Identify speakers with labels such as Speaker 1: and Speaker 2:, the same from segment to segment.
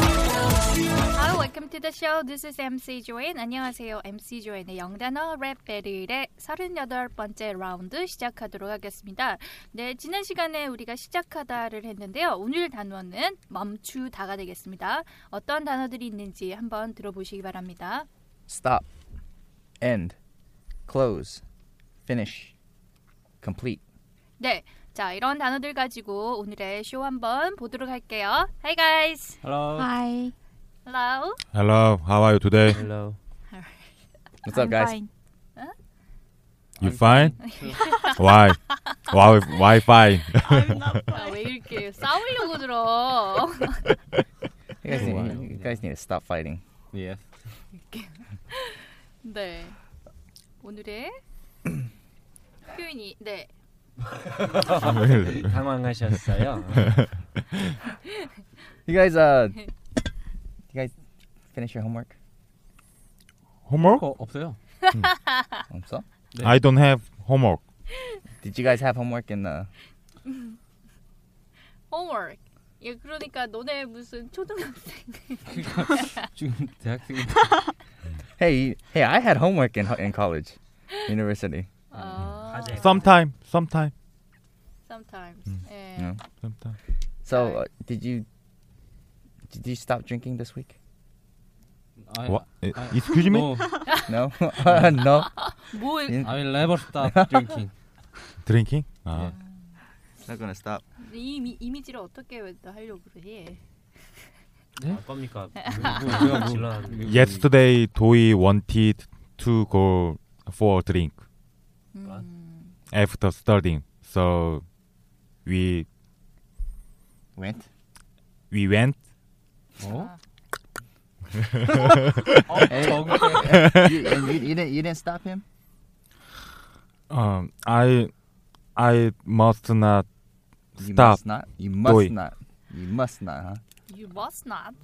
Speaker 1: Hello, welcome to the show. This is MC Join. 안녕하세요. MC Join의 영단어 랩 배틀의 38번째 라운드 시작하도록 하겠습니다. 네, 지난 시간에 우리가 시작하다를 했는데요. 오늘 단어는 멈추다가 되겠습니다. 어떤 단어들이 있는지 한번 들어보시기 바랍니다.
Speaker 2: stop, end, close, finish, complete.
Speaker 1: 네, 자, 이런 단어들 가지고 오늘의 쇼 한번 보도록 할게요. Hi guys.
Speaker 2: Hello.
Speaker 3: Hi.
Speaker 1: Hello.
Speaker 4: Hello, how are you today?
Speaker 2: Hello.
Speaker 1: Alright.
Speaker 2: What's up, guys?
Speaker 4: You fine? Why? Why? Why fine?
Speaker 1: 아, 왜 이렇게 싸우려고 들어?
Speaker 2: You guys,
Speaker 5: Why?
Speaker 2: need, you guys need to stop fighting.
Speaker 5: Yes.
Speaker 1: 네. 오늘의 표현이 네.
Speaker 5: 당황하셨어요.
Speaker 2: You guys, uh, you guys finish your homework?
Speaker 4: homework?
Speaker 5: 어, 없어요.
Speaker 2: Um, so?
Speaker 4: I don't have homework.
Speaker 2: Did you guys have homework in uh, the?
Speaker 1: homework. 예, 그러니까 너네 무슨 초등학생.
Speaker 5: 지금 대학생
Speaker 2: Hey, you- hey, I had homework in ho- in college, university.
Speaker 1: 아,
Speaker 5: 과제.
Speaker 4: Sometime, sometime,
Speaker 1: sometimes.
Speaker 4: 음.
Speaker 1: 예.
Speaker 2: 음.
Speaker 4: sometime.
Speaker 2: So, uh, did you did you stop drinking this week?
Speaker 5: I,
Speaker 4: What? Eh, Excuse me?
Speaker 5: No,
Speaker 2: No, no.
Speaker 1: 뭐
Speaker 2: In-
Speaker 5: I will never stop drinking.
Speaker 4: Drinking? Uh, 아,
Speaker 2: Not gonna stop.
Speaker 1: 이 이미, 이미지를 어떻게 왜너 하려고 그래?
Speaker 6: 네?
Speaker 5: 네?
Speaker 6: 아, 겁니까?
Speaker 5: 뭐,
Speaker 6: 질러.
Speaker 4: Yesterday, Doi wanted to go for a drink
Speaker 1: 음.
Speaker 4: after studying, so we
Speaker 2: Went.
Speaker 4: we went.
Speaker 5: 어?
Speaker 2: Hey, you, and you, you didn't you didn't stop him?
Speaker 4: Um, I I must not
Speaker 2: You
Speaker 4: stop.
Speaker 2: must not. You must
Speaker 4: Doi.
Speaker 2: not. You must not, huh?
Speaker 1: You must not.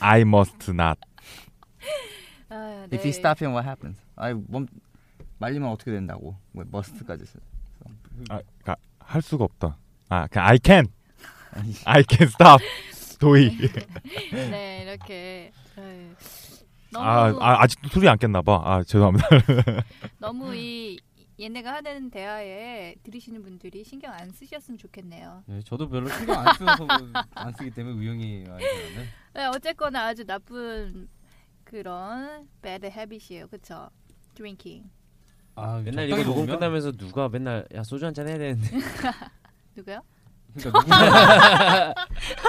Speaker 4: I must not.
Speaker 1: 아,
Speaker 2: If you stop him, what happens? I 멈 말리면 어떻게 된다고? 왜 머스트까지 쓰?
Speaker 4: 아, 그러니까 할 수가 없다. 아, 그냥 I can, I can stop. 도이.
Speaker 1: 네, 이렇게. 예. 너무 네,
Speaker 4: 아, 아 아직도 술이 안 깼나 봐. 아 죄송합니다.
Speaker 1: 너무 이 얘네가 하는 대화에 들으시는 분들이 신경 안 쓰셨으면 좋겠네요.
Speaker 5: 네, 저도 별로 신경 안 쓰여서 안 쓰기 때문에 우영이 아이들은
Speaker 1: 네, 어쨌거나 아주 나쁜 그런 bad habit이에요. 그쵸? drinking.
Speaker 5: 아, 적당히
Speaker 6: 맨날 이거 녹음
Speaker 5: 먹으면?
Speaker 6: 끝나면서 누가 맨날 야 소주 한잔 해야 되는데
Speaker 1: 누구요?
Speaker 5: 그러니까 누군가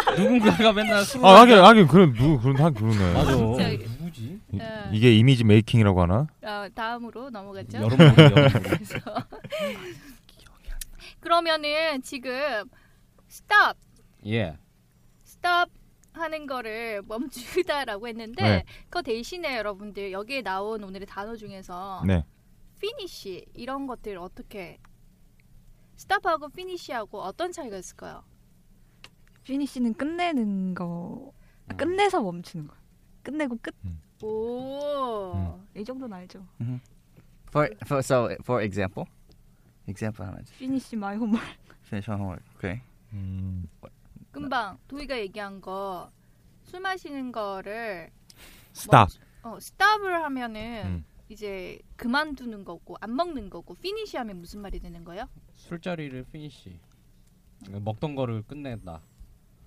Speaker 5: 누군가가 맨날 술을
Speaker 4: 아 하긴 하긴 그런 누 그런 하 그러네.
Speaker 5: 맞아.
Speaker 1: 진짜.
Speaker 5: 누구지?
Speaker 4: 이-
Speaker 1: 예.
Speaker 4: 이게 이미지 메이킹이라고 하나?
Speaker 1: 어, 다음으로 넘어갔죠.
Speaker 5: 여름 모임, 여름 모임.
Speaker 1: 그래서 그러면은 지금 stop,
Speaker 5: 예.
Speaker 1: stop 하는 거를 멈추다라고 했는데
Speaker 4: 네.
Speaker 1: 그거 대신에 여러분들 여기에 나온 오늘의 단어 중에서
Speaker 4: 네.
Speaker 1: finish 이런 것들 어떻게 stop하고 finish하고 어떤 차이가 있을까요?
Speaker 3: 피니 씨는 끝내는 거 아,
Speaker 2: 음.
Speaker 3: 끝내서 멈추는 거. 끝내고 끝.
Speaker 1: 오.
Speaker 4: 음.
Speaker 3: 이 정도는 알죠.
Speaker 2: For for so for example, example 하나 줘.
Speaker 3: 피니 씨 마이 홈
Speaker 2: finish my homework. Okay.
Speaker 4: 음,
Speaker 1: 금방 도희가 얘기한 거 술 마시는 거를
Speaker 4: stop.
Speaker 1: 어, 스탑을 하면은
Speaker 4: 음.
Speaker 1: 이제 그만두는 거고 안 먹는 거고 피니시하면 무슨 말이 되는 거예요?
Speaker 5: 술자리를 피니시. 먹던 거를 끝낸다.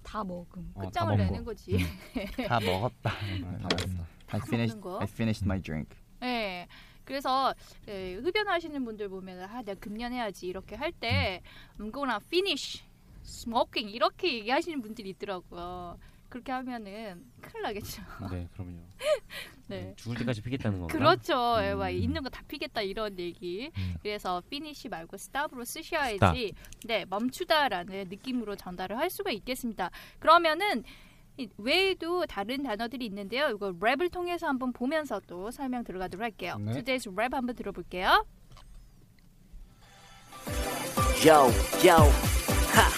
Speaker 3: 다 먹음.
Speaker 2: 아.
Speaker 5: 어, 다
Speaker 1: 끝장을
Speaker 5: 먹은
Speaker 1: 내는
Speaker 5: 거. 음.
Speaker 1: 거지.
Speaker 2: 다 먹었다.
Speaker 5: 어, 다 먹었어.
Speaker 2: I
Speaker 1: 먹는
Speaker 2: finished.
Speaker 1: 거.
Speaker 2: I finished my drink.
Speaker 1: 네. 그래서 예, 흡연하시는 분들 보면 아 내가 금연해야지 이렇게 할 때
Speaker 5: 음.
Speaker 1: I'm gonna finish smoking 이렇게 얘기하시는 분들이 있더라고요. 그렇게 하면은 큰일 나겠죠.
Speaker 5: 네, 그럼요.
Speaker 1: 네.
Speaker 6: 죽을 때까지 피겠다는 건가?
Speaker 1: 그렇죠. 예,
Speaker 5: 음.
Speaker 1: 막 있는 거 다 피겠다 이런 얘기.
Speaker 4: 음.
Speaker 1: 그래서 finish 말고 stop으로 쓰셔야지
Speaker 4: Stop.
Speaker 1: 네, 멈추다라는 느낌으로 전달을 할 수가 있겠습니다. 그러면은 이 외에도 다른 단어들이 있는데요. 이거 랩을 통해서 한번 보면서 또 설명 들어가도록 할게요.
Speaker 5: 네.
Speaker 1: Today's rap 한번 들어볼게요.
Speaker 7: Yo, yo, ha.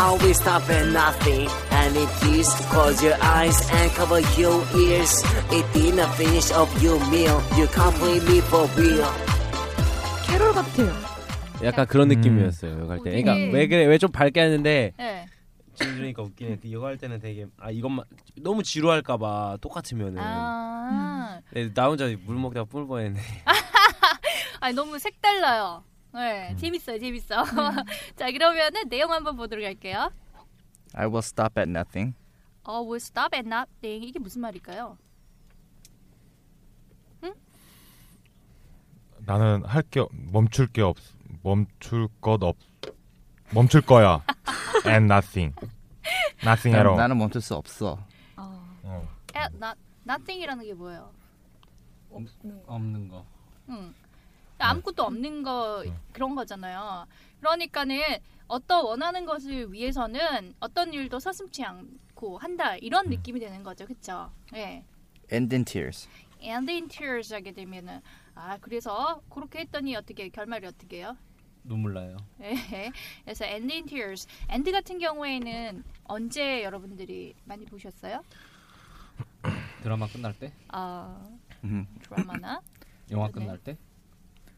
Speaker 7: I'll be stopping nothing. And if please close your eyes and cover your ears. It being the finish of your meal. You can't blame me for real.
Speaker 3: 캐롤 같아요.
Speaker 6: 약간 그런
Speaker 4: 음.
Speaker 6: 느낌이었어요. 이거 할 때. 그러니까
Speaker 1: 네.
Speaker 6: 왜 그래 왜 좀 밝게 하는데
Speaker 1: 네.
Speaker 6: 지금 들으니까 웃기네. 이거 할 때는 되게 아 이것만 너무 지루할까봐 똑같으면은
Speaker 1: 아,
Speaker 6: 네, 나 혼자 물 먹다가 뿔 뻔했네.
Speaker 1: 아니 너무 색달라요. 네, 재밌어요, 재밌어. 자, 그러면은 내용 한번 보도록 할게요.
Speaker 2: I will stop at nothing.
Speaker 1: I will stop at nothing. 이게 무슨 말일까요?
Speaker 4: 나는 할 게 멈출 게 없. 멈출 것 없. 멈출 거야. And nothing. Nothing at
Speaker 2: 나는,
Speaker 4: all.
Speaker 2: 나는 멈출 수 없어.
Speaker 3: 아,
Speaker 4: 어.
Speaker 1: At not, nothing이라는 게 뭐예요?
Speaker 5: 없는 거.
Speaker 1: 음.
Speaker 2: 네.
Speaker 1: 아무것도 없는 거 그런 거잖아요. 그러니까는 어떤 원하는 것을 위해서는 어떤 일도 서슴지 않고 한다 이런
Speaker 2: 네.
Speaker 1: 느낌이 되는 거죠, 그렇죠? 네.
Speaker 2: End in tears.
Speaker 1: And in tears 하게 되면은 아 그래서 그렇게 했더니 어떻게 결말이 어떻게 해요?
Speaker 5: 눈물 나요.
Speaker 1: 네. 그래서 end in tears. end 같은 경우에는 언제 여러분들이 많이 보셨어요?
Speaker 5: 드라마 끝날 때?
Speaker 1: 아
Speaker 2: 음.
Speaker 1: 드라마나
Speaker 5: 영화
Speaker 1: 네.
Speaker 5: 끝날 때?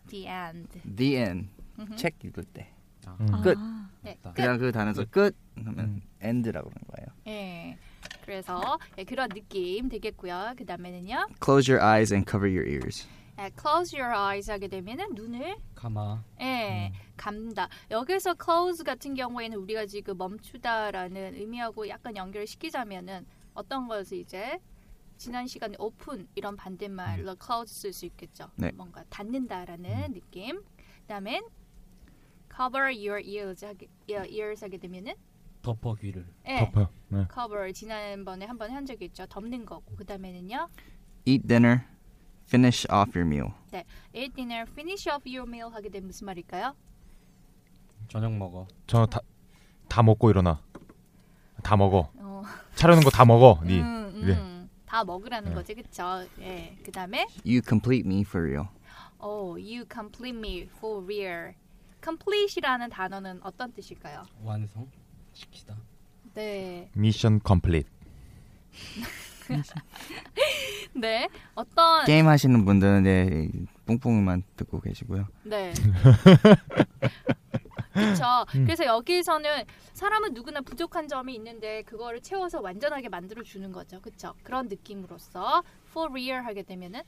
Speaker 1: the end.
Speaker 2: The end.
Speaker 1: 음흠.
Speaker 2: 책 읽을 때.
Speaker 3: 아.
Speaker 2: 음. 끝.
Speaker 1: 네.
Speaker 2: 그냥 그 단어에서 끝 하면 end라고 그러는 거예요.
Speaker 1: 예. 그래서 예, 그런 느낌 되겠고요. 그 다음에는요.
Speaker 2: Close your eyes and cover your ears.
Speaker 1: 예, close your eyes 하게 되면은 눈을
Speaker 5: 가마.
Speaker 1: 예, 감다. 여기서 close 같은 경우에는 우리가 지금 멈추다라는 의미하고 약간 연결을 시키자면은 어떤 것을 이제 지난 시간에 open 이런 반대말로 close 쓸 수 있겠죠.
Speaker 2: 네.
Speaker 1: 뭔가 닫는다라는 느낌. 그다음엔 cover your ears 하게 your ears 하게 되면은
Speaker 5: 덮어 귀를.
Speaker 1: 예,
Speaker 4: 덮어요. 네.
Speaker 1: cover 지난번에 한 번 한 적이 있죠. 덮는 거고. 그다음에는요.
Speaker 2: Eat dinner. Finish off your meal.
Speaker 1: eat dinner, finish off your meal 하게 되면 무슨 말일까요?
Speaker 5: 저녁 먹어.
Speaker 4: 저다다 먹고 일어나. 다 먹어.
Speaker 1: 어,
Speaker 4: 차려는 거 다 먹어. 니. 네.
Speaker 1: 음, 음. 다 먹으라는 거지, 그쵸? 예. 그 다음에
Speaker 2: You complete me for real.
Speaker 1: oh, you complete me for real. complete이라는 단어는 어떤 뜻일까요?
Speaker 5: 완성. 시키다.
Speaker 1: 네,
Speaker 4: 미션 컴플릿.
Speaker 1: 네, 어떤
Speaker 2: 게임 하시는 분들은 이제 뿡뿡만 듣고 계시고요.
Speaker 1: 네. 그렇죠. 그래서 여기에서는 사람은 누구나 부족한 점이 있는데 그거를 채워서 완전하게 만들어 주는 거죠, 그렇죠? 그런 느낌으로써 for real 하게 되면은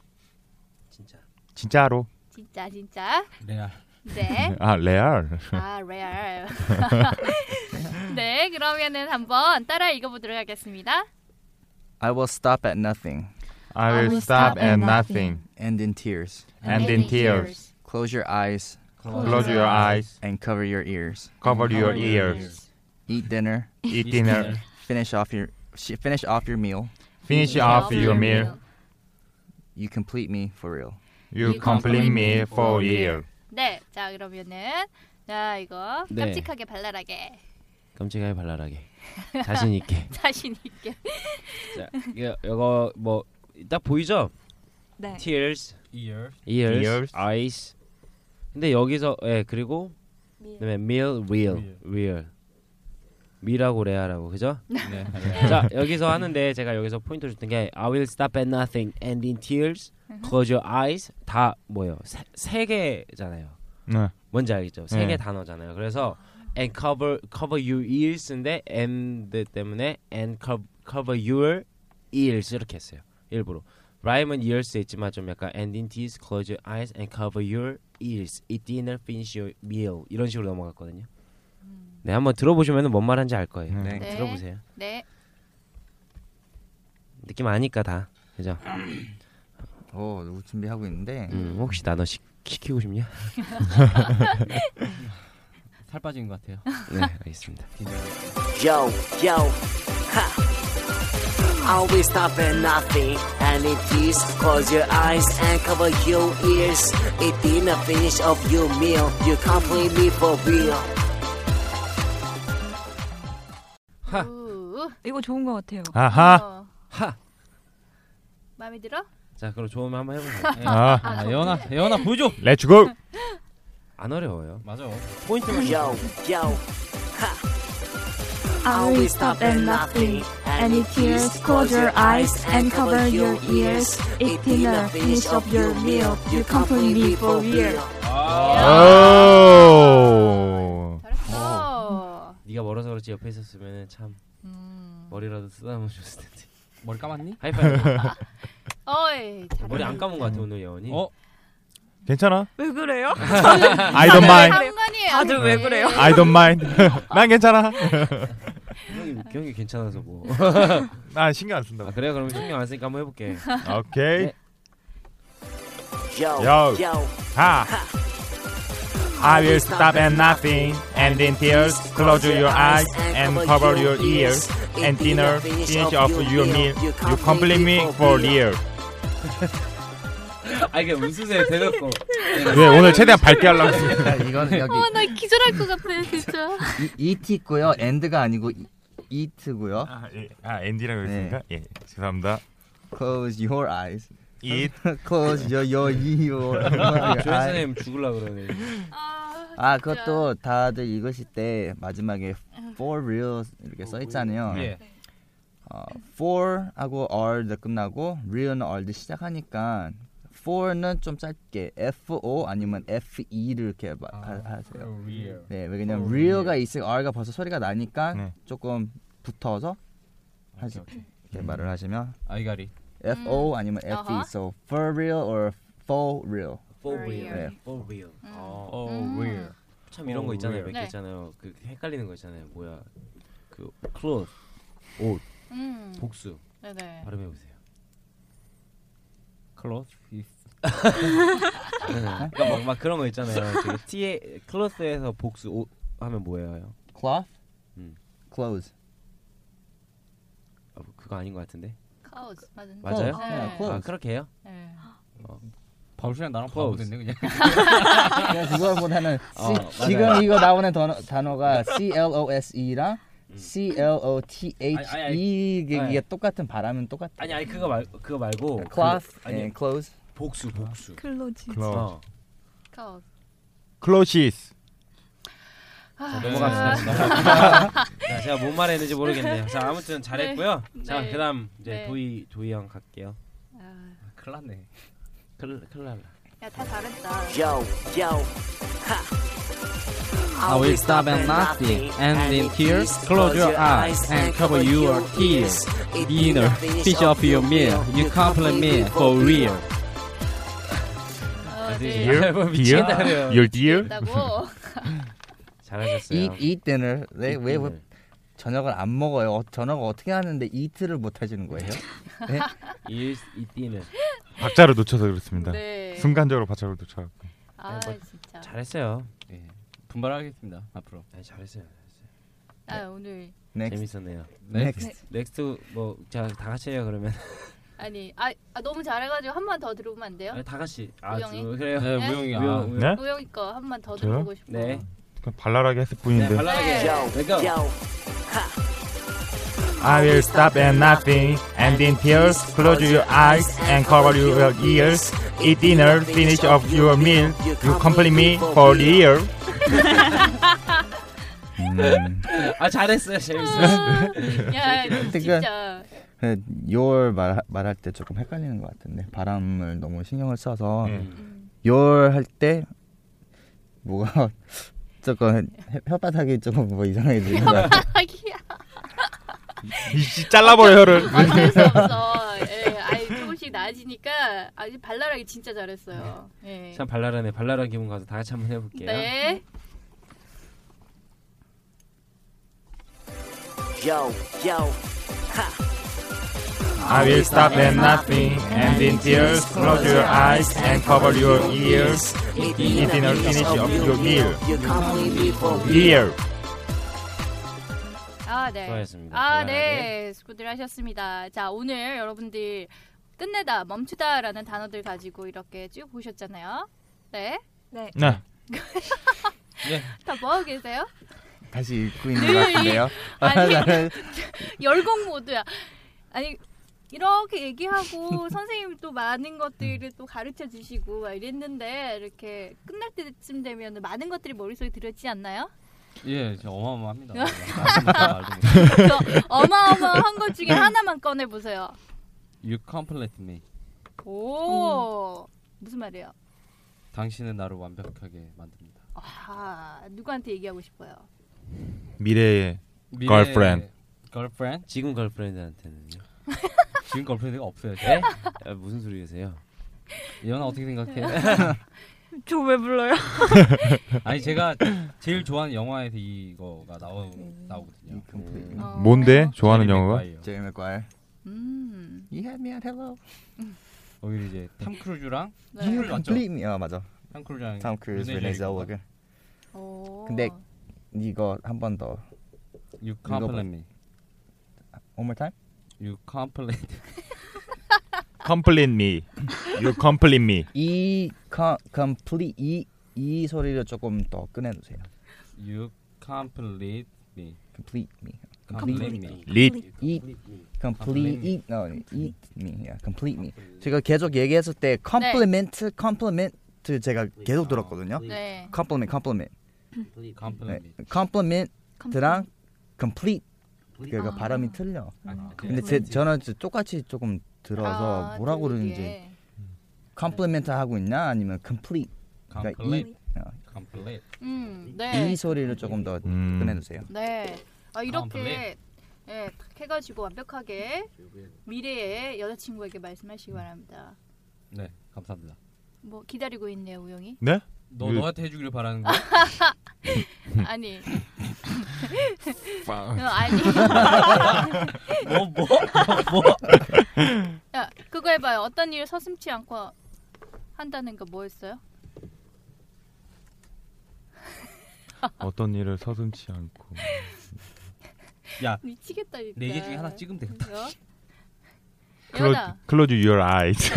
Speaker 6: 진짜.
Speaker 4: 진짜로.
Speaker 1: 진짜 진짜
Speaker 5: 레알.
Speaker 1: 네.
Speaker 4: 아 레알.
Speaker 1: 아, 레알. 네, 그러면은 한번 따라 읽어보도록 하겠습니다.
Speaker 2: I will stop at nothing.
Speaker 4: I will stop at nothing.
Speaker 2: End in tears.
Speaker 4: And in tears.
Speaker 2: Close your eyes
Speaker 4: Close your eyes.
Speaker 2: and cover your ears.
Speaker 4: Cover your ears.
Speaker 2: Eat dinner.
Speaker 4: Eat dinner.
Speaker 2: Finish off your sh- finish off your meal.
Speaker 4: Finish off your meal.
Speaker 2: You complete me for real.
Speaker 4: You complete me for real.
Speaker 1: 네, 자 그러면은 자 이거
Speaker 6: 네.
Speaker 1: 깜찍하게 발랄하게
Speaker 6: 깜찍하게 발랄하게 자신 있게.
Speaker 1: 자신 있게.
Speaker 6: 자, 이거, 이거 뭐 딱 보이죠?
Speaker 3: 네.
Speaker 6: Tears,
Speaker 5: ear.
Speaker 6: ears,
Speaker 4: Ears.
Speaker 6: eyes. 근데 여기서 예 그리고 그다음에 meal, real, real. 미라고 레아라고 그죠?
Speaker 5: 네.
Speaker 6: 자 여기서 하는데 제가 여기서 포인트 를 줬던 게 I will stop at nothing and in tears close your eyes 다 뭐예요 세, 세 개잖아요
Speaker 4: 네.
Speaker 6: 뭔지 알겠죠 세
Speaker 4: 네.
Speaker 6: 개 단어잖아요 그래서 and cover cover your ears인데 and 때문에 and co- cover your ears 이렇게 했어요 일부러 라임은 ears 있지만 좀 약간 and in tears close your eyes and cover your ears eat dinner finish your meal 이런 식으로 넘어갔거든요 네, 한번 들어보시면 뭔 말하는지 알 거예요.
Speaker 4: 음.
Speaker 6: 네,
Speaker 1: 네.
Speaker 6: 들어보세요.
Speaker 1: 네.
Speaker 6: 느낌 아니까 다. 그죠?
Speaker 2: 어, 누구 준비하고 있는데
Speaker 6: 음, 혹시 나너 시, 키키고 싶냐?
Speaker 5: 살 빠진 것 같아요.
Speaker 6: 네, 알겠습니다.
Speaker 7: Yo, yo, ha. Always stop at nothing, and it is close your eyes and cover your ears. It didn't finish of your meal. You can't play me for real.
Speaker 6: 하.
Speaker 1: 우.
Speaker 3: 이거 좋은 것 같아요.
Speaker 4: 아하.
Speaker 1: 어.
Speaker 6: 하.
Speaker 1: 마음에 들어?
Speaker 6: 자, 그럼 좋으면 한번 해보세요. 네.
Speaker 4: 아,
Speaker 5: 아, 예원아, 예원아 보여줘.
Speaker 4: 렛츠고.
Speaker 6: 안 어려워요.
Speaker 5: 맞아.
Speaker 6: 포인트만
Speaker 7: Yo, yo,
Speaker 3: I will
Speaker 7: always stop at nothing, and it is close your eyes and cover your ears. It didn't finish of your meal. You can't play me for real.
Speaker 4: 오.
Speaker 1: 잘했어.
Speaker 6: 네가 멀어서 그렇지 옆에 있었으면 참
Speaker 1: 음.
Speaker 6: 머리라도 쓰다듬어 줬을 텐데.
Speaker 5: 머리 감았니?
Speaker 6: 하이파이브.
Speaker 1: 어이. 네, 잘했어.
Speaker 6: 머리 안 감은 것 같아 오늘 예원이.
Speaker 5: 어?
Speaker 4: 괜찮아?
Speaker 3: 왜 그래요?
Speaker 4: I don't mind.
Speaker 1: 상관이
Speaker 3: 다들 왜
Speaker 1: 네.
Speaker 3: 그래요?
Speaker 4: I don't mind. 난 괜찮아.
Speaker 6: 형이 형이 괜찮아서 뭐.
Speaker 4: 난 신경 안
Speaker 6: 아
Speaker 4: 쓴다고.
Speaker 6: 그래 그럼 신경 안 쓰니까 한번 해볼게.
Speaker 4: 오케이.
Speaker 7: Yo,
Speaker 4: Yo.
Speaker 7: yo,
Speaker 4: 하. 아. I will stop at nothing, and in tears, close your eyes and cover your ears. And dinner, finish off your meal. You complete me for real.
Speaker 6: 아 이게 웃으세요 대놓고.
Speaker 4: 네, 오늘 최대한 밝게 하려고 했어요.
Speaker 2: 자, 그러니까 이거는 여기
Speaker 1: 어, 나 기절할 것 같아 진짜.
Speaker 2: 이, it 있고요. end가 아니고 이, it고요.
Speaker 4: 아, 예. 아, 앤디라고 했습니까? 예. 죄송합니다.
Speaker 2: Close your eyes.
Speaker 4: It
Speaker 2: Close your your your.
Speaker 6: 조현
Speaker 2: eyes.
Speaker 6: 선생님 죽을라 그러네.
Speaker 1: 아,
Speaker 2: 아, 그것도 다들 읽으실 때 마지막에 for real 이렇게 써 있잖아요.
Speaker 6: 네.
Speaker 4: 예.
Speaker 2: 어, for 하고 r 도 끝나고 real은 r 도 시작하니까 for는 좀 짧게 f o 아니면 f e를 이렇게 마- 하, 하세요.
Speaker 5: real.
Speaker 2: 네, 왜냐면
Speaker 5: for
Speaker 2: real가 있을 r가 벌써 소리가 나니까
Speaker 4: 네.
Speaker 2: 조금 붙어서 하시 이렇게 말을 하시면
Speaker 5: 아이가리.
Speaker 2: f o 아니면 f e.
Speaker 1: 음. 어허.
Speaker 2: So for real or for real.
Speaker 6: For
Speaker 1: real.
Speaker 6: real.
Speaker 2: 네.
Speaker 6: For real. 어,
Speaker 5: 어,
Speaker 1: 음.
Speaker 5: real.
Speaker 6: 참 이런 거
Speaker 5: For
Speaker 6: 있잖아요.
Speaker 5: real.
Speaker 6: 몇 개
Speaker 1: 네.
Speaker 6: 있잖아요. 그 헷갈리는 거 있잖아요. 뭐야? 그 clothes 옷
Speaker 1: 음.
Speaker 6: 복수
Speaker 1: 네네.
Speaker 6: 발음해 보세요.
Speaker 5: close is
Speaker 6: 네. 그러니까 막, 막 그런 거 있잖아요. 되게 T에 clothes에서 복수 옷 하면 뭐예요?
Speaker 2: cloth
Speaker 6: 음.
Speaker 2: clothes.
Speaker 6: 아, 그거 아닌 것 같은데.
Speaker 1: 카우스 맞은.
Speaker 6: 맞아요?
Speaker 2: 네,
Speaker 1: 네.
Speaker 2: close.
Speaker 6: 아 그렇게 해요?
Speaker 1: 네.
Speaker 5: 바울씨랑 나랑
Speaker 6: Close.
Speaker 5: 바보 됐네 그냥.
Speaker 2: 그냥 그거보다는
Speaker 6: 어,
Speaker 2: C- 지금 이거 나오는 단어, 단어가
Speaker 5: 네.
Speaker 2: C L O S E랑 C L O T H
Speaker 5: 음. 아니, 네. 아니,
Speaker 2: E 이게,
Speaker 6: 아니.
Speaker 2: 이게 똑같은 바람은 똑같아.
Speaker 6: 아니 아니 그거 말 그거 말고
Speaker 1: 네,
Speaker 6: 그-
Speaker 2: cloth 네,
Speaker 6: 아니
Speaker 2: and clothes.
Speaker 6: 복수 복수.
Speaker 3: 클로지.
Speaker 4: close.
Speaker 6: 어.
Speaker 1: 카우스.
Speaker 4: Closes.
Speaker 1: 아,
Speaker 6: 자,
Speaker 1: 네.
Speaker 6: 넘어갑시다. 자, 제가 뭔 말했는지 모르겠네요. 자, 아무튼 잘했고요.
Speaker 1: 네.
Speaker 6: 자,
Speaker 1: 네.
Speaker 6: 그다음 이제
Speaker 1: 네.
Speaker 6: 도희 도희 형 갈게요.
Speaker 1: 아,
Speaker 5: 큰일 났네.
Speaker 6: 클 클랄라.
Speaker 1: 야다 잘했다.
Speaker 7: yo, yo, ha. Always stop at nothing, and in tears, close your eyes and cover your ears. Dinner, fish off your meal. You compliment me for real.
Speaker 1: 어, 네.
Speaker 4: Dear,
Speaker 6: 아, 미치겠네요.
Speaker 4: dear, your dear.
Speaker 1: 다고.
Speaker 6: 잘하셨어요.
Speaker 2: Eat eat dinner. 네, 왜, 왜
Speaker 6: 네.
Speaker 2: 저녁을 안 먹어요? 어, 저녁을 어떻게 하는데 eat를 못 하시는 거예요?
Speaker 6: 일 이띠는
Speaker 4: 박자를 놓쳐서 그렇습니다.
Speaker 1: 네.
Speaker 4: 순간적으로 박자를 놓쳐.
Speaker 1: 아
Speaker 6: 네,
Speaker 1: 진짜.
Speaker 6: 잘했어요.
Speaker 5: 예. 분발하겠습니다 앞으로.
Speaker 6: 네, 잘했어요. 네.
Speaker 1: 아 오늘
Speaker 2: Next.
Speaker 6: 재밌었네요.
Speaker 2: Next.
Speaker 6: 넥스트 뭐자다 같이 해요 그러면.
Speaker 1: 아니 아, 아 너무 잘해가지고 한 번 더 들어보면 안 돼요?
Speaker 6: 아니, 다 같이. 아,
Speaker 1: 우영이?
Speaker 6: 저- 그래요.
Speaker 5: 네, 무용이
Speaker 6: 우영,
Speaker 5: 아.
Speaker 6: 우영.
Speaker 4: 네?
Speaker 1: 우영이 거 한 번 더
Speaker 4: 저요?
Speaker 1: 들어보고 싶어.
Speaker 6: 네.
Speaker 4: 그냥 발랄하게 했을
Speaker 6: 네,
Speaker 4: 뿐인데.
Speaker 6: 발랄하게.
Speaker 1: Yo,
Speaker 6: 그러니까
Speaker 7: 네.
Speaker 4: I will stop at nothing, and in tears, close your eyes and cover your ears. Eat dinner, finish off your meal. You compliment me for real.
Speaker 2: 음,
Speaker 6: 아 잘했어요. 재밌어요. 네.
Speaker 1: 야 이거
Speaker 2: 그러니까-
Speaker 1: 진짜.
Speaker 2: 네, your 말, 말할 때 조금 헷갈리는 것 같은데 바람을 너무 신경을 써서
Speaker 6: 음.
Speaker 2: your 할 때 뭐가 조금 혓- 혓바닥이 조금 뭐 이상해지는 것 같아.
Speaker 1: 하기야.
Speaker 6: 네.
Speaker 4: 이씨 잘라버려 혀를.
Speaker 1: 어쩔 아,
Speaker 6: 네.
Speaker 1: 수 없어. 예, 아이 조금씩 나아지니까 아주 발랄하게 진짜 잘했어요.
Speaker 6: 네.
Speaker 1: 예.
Speaker 6: 참 발랄하네. 발랄한 기분 가서 다 같이 한번 해볼게요.
Speaker 1: 네.
Speaker 7: yo, yo. Ha.
Speaker 4: I will stop at nothing, and in tears, close your eyes and cover your ears. Eat dinner finish of your meal.
Speaker 7: You complete me for
Speaker 4: Ear.
Speaker 1: 아, 네.
Speaker 6: 수고하셨습니다.
Speaker 1: 아,
Speaker 6: 간단하게.
Speaker 1: 네. 수고들 하셨습니다. 자, 오늘 여러분들 끝내다, 멈추다라는 단어들 가지고 이렇게 쭉 보셨잖아요. 네.
Speaker 4: 네.
Speaker 1: 다 뭐하고 계세요?
Speaker 2: 다시 읽고 있는 것 같은데요.
Speaker 1: 아니.
Speaker 2: 나는
Speaker 1: 열공 모드야. 아니 이렇게 얘기하고 선생님 또 많은
Speaker 2: 음.
Speaker 1: 것들을 또 가르쳐 주시고 막 이랬는데 이렇게 끝날 때쯤 되면 많은 것들이 머릿속에 들었지 않나요?
Speaker 5: 예, 진짜 어마어마합니다. 말도 못해, 말도 못해.
Speaker 1: 그래서 어마어마한 것
Speaker 2: 네.
Speaker 1: 중에 하나만 꺼내 보세요.
Speaker 5: You complete me.
Speaker 2: 음.
Speaker 1: 오 무슨 말이에요?
Speaker 5: 당신은 나를 완벽하게 만듭니다.
Speaker 1: 아 누구한테 얘기하고 싶어요?
Speaker 4: 미래에
Speaker 5: 미래의
Speaker 4: Girlfriend.
Speaker 5: girlfriend?
Speaker 6: 지금 걸프렌드한테는요?
Speaker 5: 지금 girlfriend가 없어요.
Speaker 6: 네? 아, 무슨 소리세요? 네.
Speaker 5: 예원아 어떻게 생각해?
Speaker 3: 저 왜 불러요?
Speaker 5: 아니 제가 제일 좋아하는 영화에서 이거가 나오
Speaker 2: 음.
Speaker 5: 나오거든요. 음.
Speaker 1: 어,
Speaker 4: 뭔데? 좋아하는 영화가?
Speaker 5: 맥과이어.
Speaker 2: 제일 맥과일.
Speaker 1: 음
Speaker 2: You have me at hello.
Speaker 5: 거기 이제 탐 크루즈랑
Speaker 1: 네.
Speaker 5: 맞죠?
Speaker 2: Complete me. 어 맞아.
Speaker 5: 탐 크루즈랑
Speaker 2: 탐 크루즈,
Speaker 5: 르네
Speaker 2: 레네
Speaker 5: 젤리가.
Speaker 2: zel웨그.
Speaker 1: 오.
Speaker 2: 근데- 그 이거 한 번 더.
Speaker 5: You complete me.
Speaker 2: One more time.
Speaker 5: You complete.
Speaker 4: Complete me. You complete me.
Speaker 2: 이 co- complete 이, 이 소리를 조금 더 꺼내주세요.
Speaker 5: You complete me.
Speaker 2: Complete me.
Speaker 5: Complete me.
Speaker 4: Lead.
Speaker 2: Eat, complete, eat, no, eat me, yeah, complete me. 제가 계속 얘기했을 때 compliment, compliment 제가 계속 들었거든요.
Speaker 1: 네.
Speaker 2: compliment, compliment, 네.
Speaker 5: Complete me.
Speaker 2: compliment랑 complete 그러니까
Speaker 1: 아.
Speaker 2: 발음이 틀려.
Speaker 5: 아,
Speaker 2: 근데 제 저는 저- 똑같이 조금 들어서
Speaker 1: 네. 아,
Speaker 2: 뭐라고
Speaker 1: 들리게.
Speaker 2: 그러는지 compliment 하고 있나 아니면 complete 그러니까
Speaker 5: complete.
Speaker 2: 어,
Speaker 5: Complete.
Speaker 1: 음,
Speaker 2: 이
Speaker 1: 네.
Speaker 2: 소리를 조금 더
Speaker 4: 음.
Speaker 2: 꺼내주세요.
Speaker 1: 네. 아, 이렇게
Speaker 5: 블랙.
Speaker 1: 예, 탁 해가지고 완벽하게 미래의 여자친구에게
Speaker 5: 음.
Speaker 1: 말씀하시기 바랍니다.
Speaker 5: 네, 감사합니다.
Speaker 1: 뭐 기다리고 있네요, 우영이.
Speaker 4: 네?
Speaker 5: 너
Speaker 4: 그-
Speaker 5: 너한테 해주기를 바라는 거야? 음.
Speaker 1: 아니. 어, 아니.
Speaker 5: 뭐 뭐?
Speaker 1: 야, 그거 해봐요. 어떤 일 서슴치 않고 한다는 거 뭐였어요?
Speaker 4: 어떤 일을 서슴치 않고.
Speaker 1: 미치겠다 진짜.
Speaker 5: 네개 중에 하나 찍으면 되겠다.
Speaker 1: 그죠?
Speaker 4: Close,
Speaker 1: 연아,
Speaker 4: close your eyes.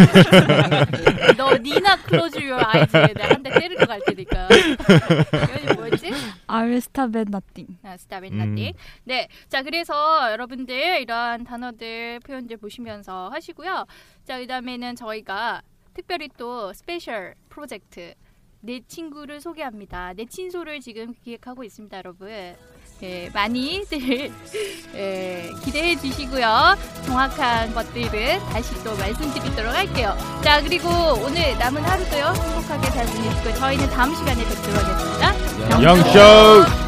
Speaker 1: 너 니나 클로즈 유어 아이즈에 내가 한 대 때리고 갈 테니까. 연이 뭐였지?
Speaker 3: I will stop at nothing.
Speaker 1: 아, 스탑인
Speaker 4: 음.
Speaker 1: 나띵. 네. 자, 그래서 여러분들 이러한 단어들 표현들 보시면서 하시고요. 자, 그다음에는 저희가 특별히 또 스페셜 프로젝트 내 친구를 소개합니다. 내 친소를 지금 기획하고 있습니다, 여러분. 예, 많이들 예, 기대해 주시고요. 정확한 것들은 다시 또 말씀드리도록 할게요. 자, 그리고 오늘 남은 하루도요. 행복하게 잘 보내시고 저희는 다음 시간에 뵙도록 하겠습니다.
Speaker 4: 영쇼!